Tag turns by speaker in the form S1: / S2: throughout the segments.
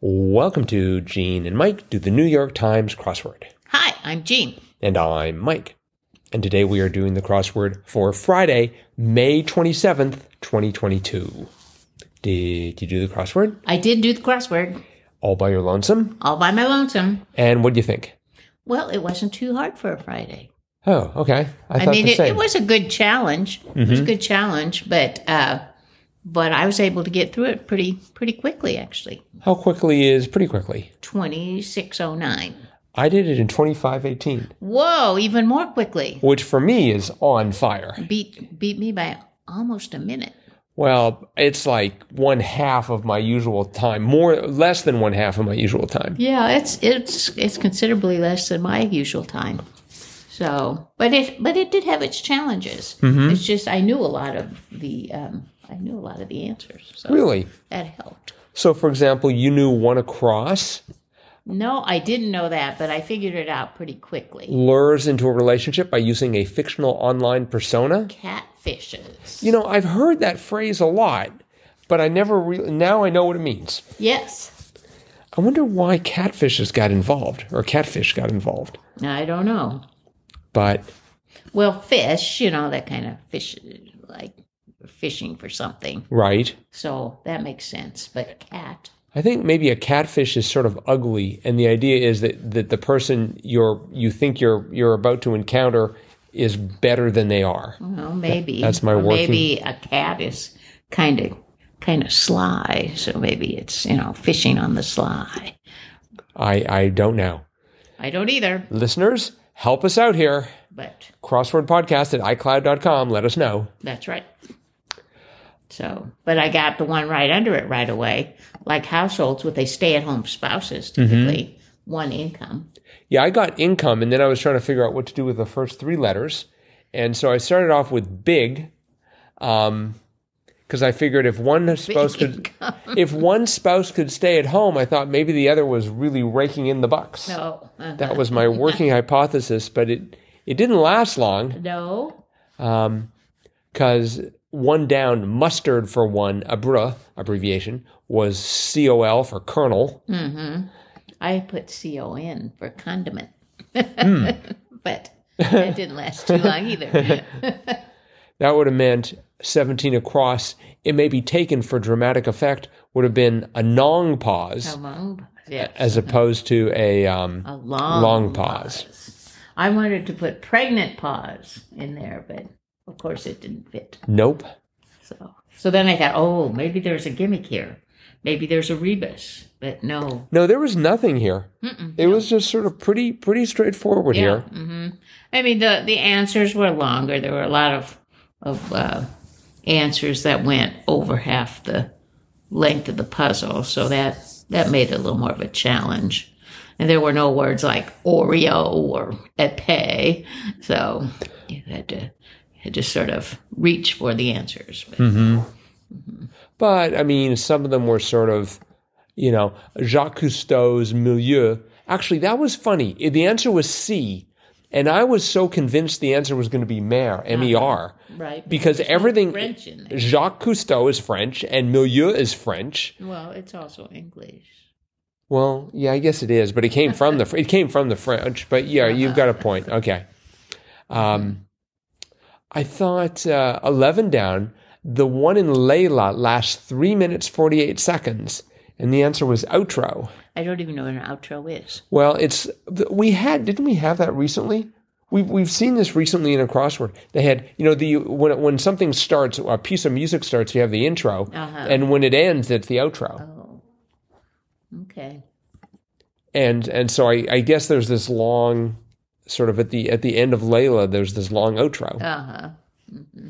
S1: Welcome to Gene and Mike do the New York Times crossword.
S2: Hi, I'm Jean.
S1: And I'm Mike. And today we are doing the crossword for Friday, May 27th, 2022. Did you do the crossword?
S2: I did do the crossword
S1: All by your lonesome?
S2: all by my lonesome.
S1: And what do you think?
S2: Well, it wasn't too hard for a Friday.
S1: Oh, okay. I,
S2: I
S1: thought
S2: mean,
S1: the
S2: it,
S1: same. Mm-hmm.
S2: it was a good challenge. It was a good challenge, but uh, but I was able to get through it pretty pretty quickly, actually.
S1: How quickly is pretty quickly?
S2: Twenty six oh nine.
S1: I did it in 2518,
S2: Whoa, even more quickly.
S1: which for me is on fire.
S2: Beat beat me by almost a minute.
S1: Well, it's like one half of my usual time, more less than one half of my usual time.
S2: Yeah, it's it's it's considerably less than my usual time. So, but it but it did have its challenges. It's just I knew a lot of the um, I knew a lot of the answers, so
S1: Really?
S2: that helped.
S1: So, for example, you knew one across
S2: No, I didn't know that, but I figured it out pretty quickly.
S1: lures into a relationship by using a fictional online persona.
S2: Catfishes.
S1: You know, I've heard that phrase a lot, but I never really, now I know what it means.
S2: Yes,
S1: I wonder why catfishes got involved or catfish got involved.
S2: I don't know.
S1: But
S2: Well, fish, you know that kind of fish, like fishing for something.
S1: right,
S2: So that makes sense. But cat,
S1: I think maybe a catfish is sort of ugly, and the idea is that, that the person you're you think you're you're about to encounter is better than they are.
S2: Well, maybe
S1: that's my
S2: or
S1: working-
S2: Maybe a cat is kind of kind of sly, so maybe it's you know fishing on the sly.
S1: I I don't know.
S2: I don't either,
S1: Listeners, help us out here.
S2: but
S1: Crossword podcast at iCloud.com. Let us know.
S2: that's right. So, but I got the one right under it right away. Like households with a stay-at-home spouses,
S1: Mm-hmm.
S2: typically one income.
S1: Yeah, I got income, and then I was trying to figure out what to do with the first three letters, and so I started off with big, um, because I figured if one spouse could, if one spouse could stay at home, I thought maybe the other was really raking in the bucks.
S2: So, uh,
S1: That was my working hypothesis, but it it didn't last long
S2: no,
S1: because one down mustard for one abra abbreviation was col for colonel.
S2: I put C O N for condiment,
S1: Hmm.
S2: but that didn't last too long either.
S1: That would have meant 17 across. It may be taken for dramatic effect, would have been a long
S2: Oh,
S1: pause
S2: Among yes.
S1: as opposed to a. Um,
S2: A long,
S1: Long pause.
S2: pause. I wanted to put pregnant pause in there, but of course it didn't fit.
S1: nope.
S2: So, so then I thought, oh, maybe there's a gimmick here. Maybe there's a rebus, but no.
S1: No, there was nothing here. it was just sort of pretty, pretty straightforward here.
S2: hmm I mean, the the answers were longer. There were a lot of of uh, answers that went over half the length of the puzzle, so that that made it a little more of a challenge. And there were no words like Oreo or Epe, so you had to you had to sort of reach for the answers.
S1: Hmm.
S2: But
S1: But I mean, some of them were sort of, you know, Jacques Cousteau's milieu. Actually, that was funny. It- The answer was C. And I was so convinced the answer was going to be mer, M E R.
S2: Right,
S1: Because everything.
S2: French in there.
S1: Jacques Cousteau is French and Milieu is French.
S2: Well, it's also English.
S1: Well, yeah, I guess it is, but it came from the it came from the French. But yeah, you've got a point. Okay. Um, I thought uh, eleven down. The one in Layla lasts three minutes forty eight seconds, and the answer was outro.
S2: I don't even know what an outro is.
S1: Well, it's th- we had didn't we have that recently? We've we've seen this recently in a crossword. They had you know the when when something starts, a piece of music starts, you have the intro,
S2: Uh-huh.
S1: and when it ends, it's the outro.
S2: Oh, okay.
S1: and and so I, I guess there's this long sort of at the at the end of Layla there's this long outro Mm-hmm.
S2: Uh huh.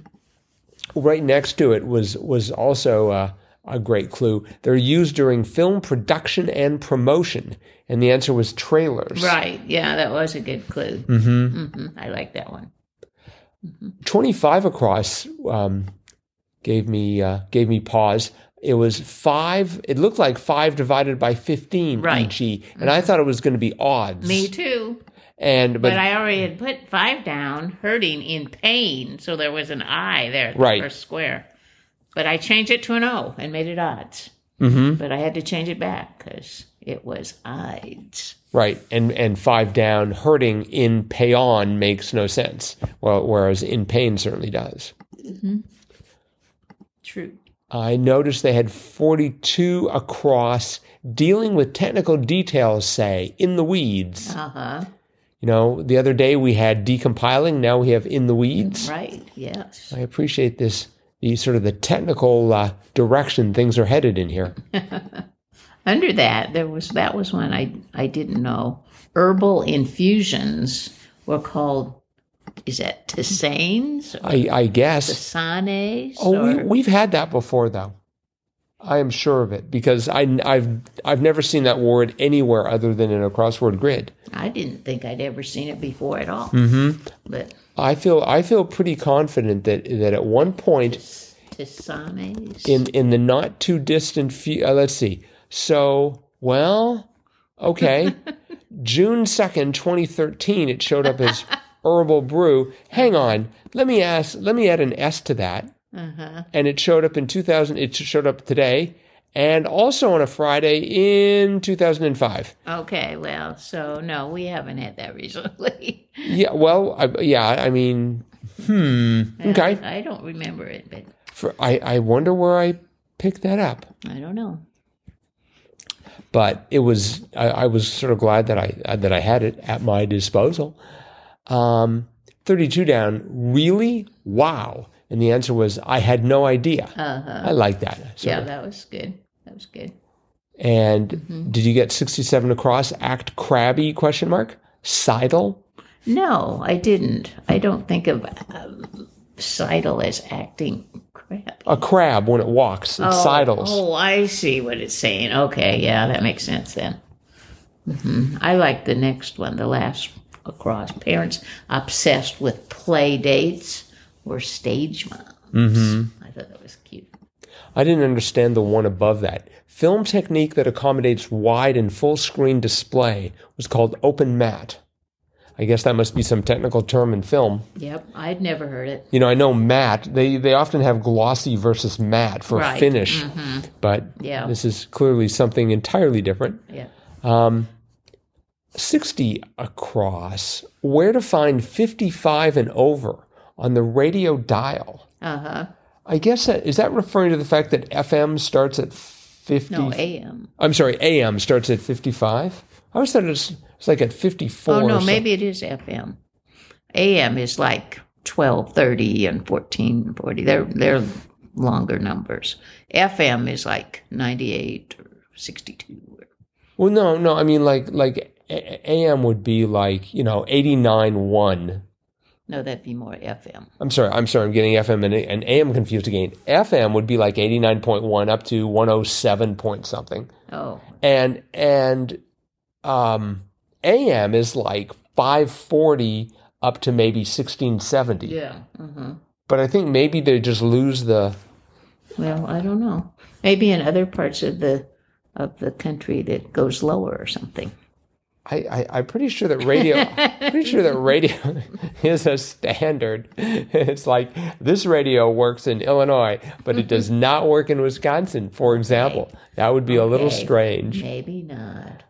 S1: right next to it was was also uh, a great clue they're used during film production and promotion and the answer was trailers
S2: Right. Yeah, that was a good clue. Mm-hmm. I like that one.
S1: 25 across um, gave me uh, gave me pause it was five it looked like five divided by 15
S2: Right. Mm-hmm.
S1: e.g. and I thought it was going to be odds
S2: Me too.
S1: and but,
S2: But I already had put five down, hurting in pain, so there was an I there at the
S1: Right.
S2: first square. But I changed it to an O and made it odds.
S1: Mm-hmm.
S2: But I had to change it back because it was Ides.
S1: Right. And and five down hurting in payon makes no sense. Well, whereas in pain certainly does.
S2: True.
S1: I noticed they had 42 across dealing with technical details, say, in the weeds.
S2: Uh huh.
S1: You know, the other day we had decompiling, now we have in the weeds.
S2: Right. Yes.
S1: I appreciate this, the sort of the technical uh, direction things are headed in here.
S2: Under that, there was that was one I I didn't know. Herbal infusions were called. Is that tisanes or
S1: I, I guess.
S2: tisanes?
S1: Oh, we,
S2: or-
S1: we've had that before, though. I am sure of it because I, have I've never seen that word anywhere other than in a crossword grid.
S2: I didn't think I'd ever seen it before at all.
S1: Mm-hmm.
S2: But
S1: I feel I feel pretty confident that that at one point
S2: tisanes.
S1: in in the not too distant future. Uh, let's see. So, well, okay. June 2nd, 2013, it showed up as herbal brew. Hang on. Let me ask, let me add an S to that. And it showed up in 2000, it showed up today and also on a Friday in 2005.
S2: Okay, well, so no, we haven't had that recently.
S1: Yeah, well, I, yeah, I mean, hmm. Okay.
S2: I don't remember it, but
S1: For, I, I wonder where I picked that up.
S2: I don't know.
S1: but it was I, I was sort of glad that I that I had it at my disposal. Um, Thirty-two down, really? Wow! And the answer was I had no idea. I like that. So,
S2: Uh-huh. Yeah, that was good. That was good.
S1: And
S2: Mm-hmm.
S1: did you get sixty-seven across? Act crabby? Question mark. Sidle.
S2: No, I didn't. I don't think of um, Seidel as acting crap.
S1: A crab when it walks. It sidles.
S2: Oh, I see what it's saying. Okay, yeah, that makes sense then. hmm I like the next one, the last across. Parents obsessed with play dates were stage moms.
S1: Mm-hmm.
S2: I thought that was cute.
S1: I didn't understand the one above that. Film technique that accommodates wide and full screen display was called open mat. I guess that must be some technical term in film.
S2: Yep, I'd never heard it.
S1: You know, I know matte. They they often have glossy versus matte for
S2: Right. Mm-hmm.
S1: finish, but
S2: Yeah.
S1: this is clearly something entirely different.
S2: Yep.
S1: Sixty across. Where to find fifty-five and over on the radio dial?
S2: Uh huh.
S1: I guess that is that referring to the fact that FM starts at fifty.
S2: No, AM.
S1: I'm sorry, AM starts at 55. I always thought it was, it's like at 54.
S2: Oh
S1: or
S2: no,
S1: so-
S2: maybe it is FM. AM is like twelve thirty and fourteen forty. They're they're longer numbers. FM is like ninety eight or sixty two.
S1: Well, no, no. I mean, like, like a- a- AM would be like, you know, 89 1.
S2: No, that'd be more FM.
S1: I'm sorry, I'm sorry, I'm getting FM and, and AM confused again. FM would be like 89.1 up to 107 point something.
S2: Oh,
S1: And, and, um, AM is like 540 up to maybe 1670.
S2: yeah. hmm
S1: But I think maybe they just lose the,
S2: Well, I don't know. Maybe in other parts of the of the country that goes lower or something.
S1: I, I I'm pretty sure that radio. I'm pretty sure that radio is a standard. It's like this radio works in Illinois, but it does not work in Wisconsin. For example, that would be a little
S2: Okay.
S1: strange.
S2: Maybe not.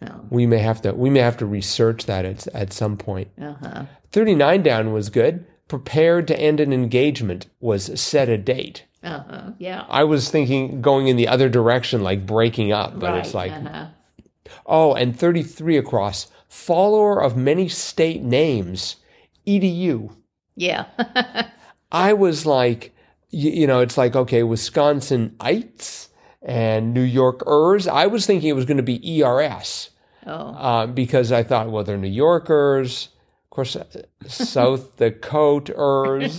S2: So,
S1: We may have to we may have to research that at at some point.
S2: uh huh.
S1: Thirty nine down was good. Prepared to end an engagement was set a date.
S2: Uh huh. Yeah.
S1: I was thinking going in the other direction, like breaking up, but it's like
S2: Uh-huh.
S1: Oh, and 33 across, follower of many state names, EDU.
S2: Yeah.
S1: I was like, you, you know, it's like, okay, Wisconsinites and New Yorkers. I was thinking it was going to be E ERS
S2: oh.
S1: uh, because I thought, well, they're New Yorkers. Of course, uh, South Dakoters,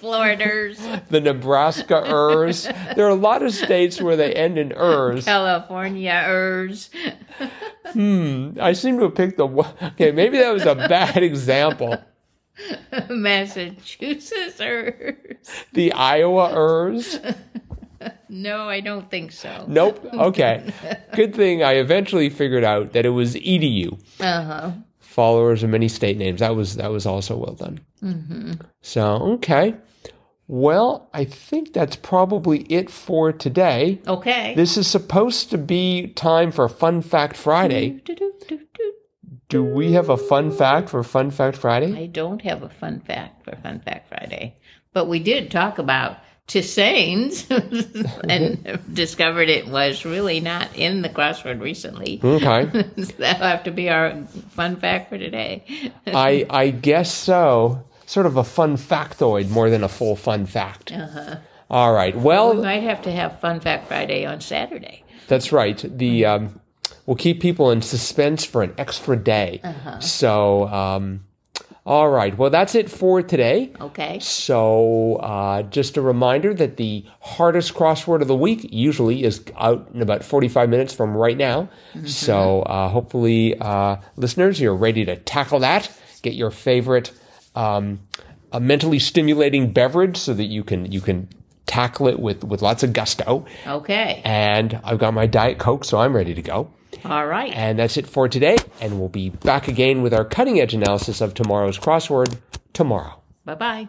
S2: Floriders.
S1: the Nebraskaers. There are a lot of states where they end in ers.
S2: Californiaers.
S1: I seem to have picked the one. Okay, maybe that was a bad example.
S2: Massachusettsers.
S1: The Iowaers.
S2: No, I don't think so.
S1: Nope. Okay. Good thing I eventually figured out that it was E edu.
S2: Uh huh.
S1: Followers of many state names. That was that was also well done. So okay, Well, I think that's probably it for today.
S2: Okay.
S1: This is supposed to be time for Fun Fact Friday.
S2: Do-do-do-do.
S1: Do we have a fun fact for Fun Fact Friday?
S2: I don't have a fun fact for Fun Fact Friday, but we did talk about Tissanes and discovered it was really not in the crossword recently.
S1: Okay.
S2: That'll have to be our fun fact for today.
S1: I I guess so. Sort of a fun factoid more than a full fun fact. Uh-huh. All right.
S2: we
S1: Well,
S2: might have to have Fun Fact Friday on Saturday.
S1: that's right. The um, we'll keep people in suspense for an extra day. So, um, all right. Well, that's it for today.
S2: Okay.
S1: So, uh, just a reminder that the hardest crossword of the week usually is out in about 45 minutes from right now. So, uh, hopefully, uh, listeners, you're ready to tackle that. Get your favorite um, a mentally stimulating beverage so that you can you can tackle it with with lots of gusto.
S2: Okay.
S1: And I've got my diet coke, so I'm ready to go.
S2: All right.
S1: And that's it for today. And we'll be back again with our cutting edge analysis of tomorrow's crossword tomorrow.
S2: Bye bye.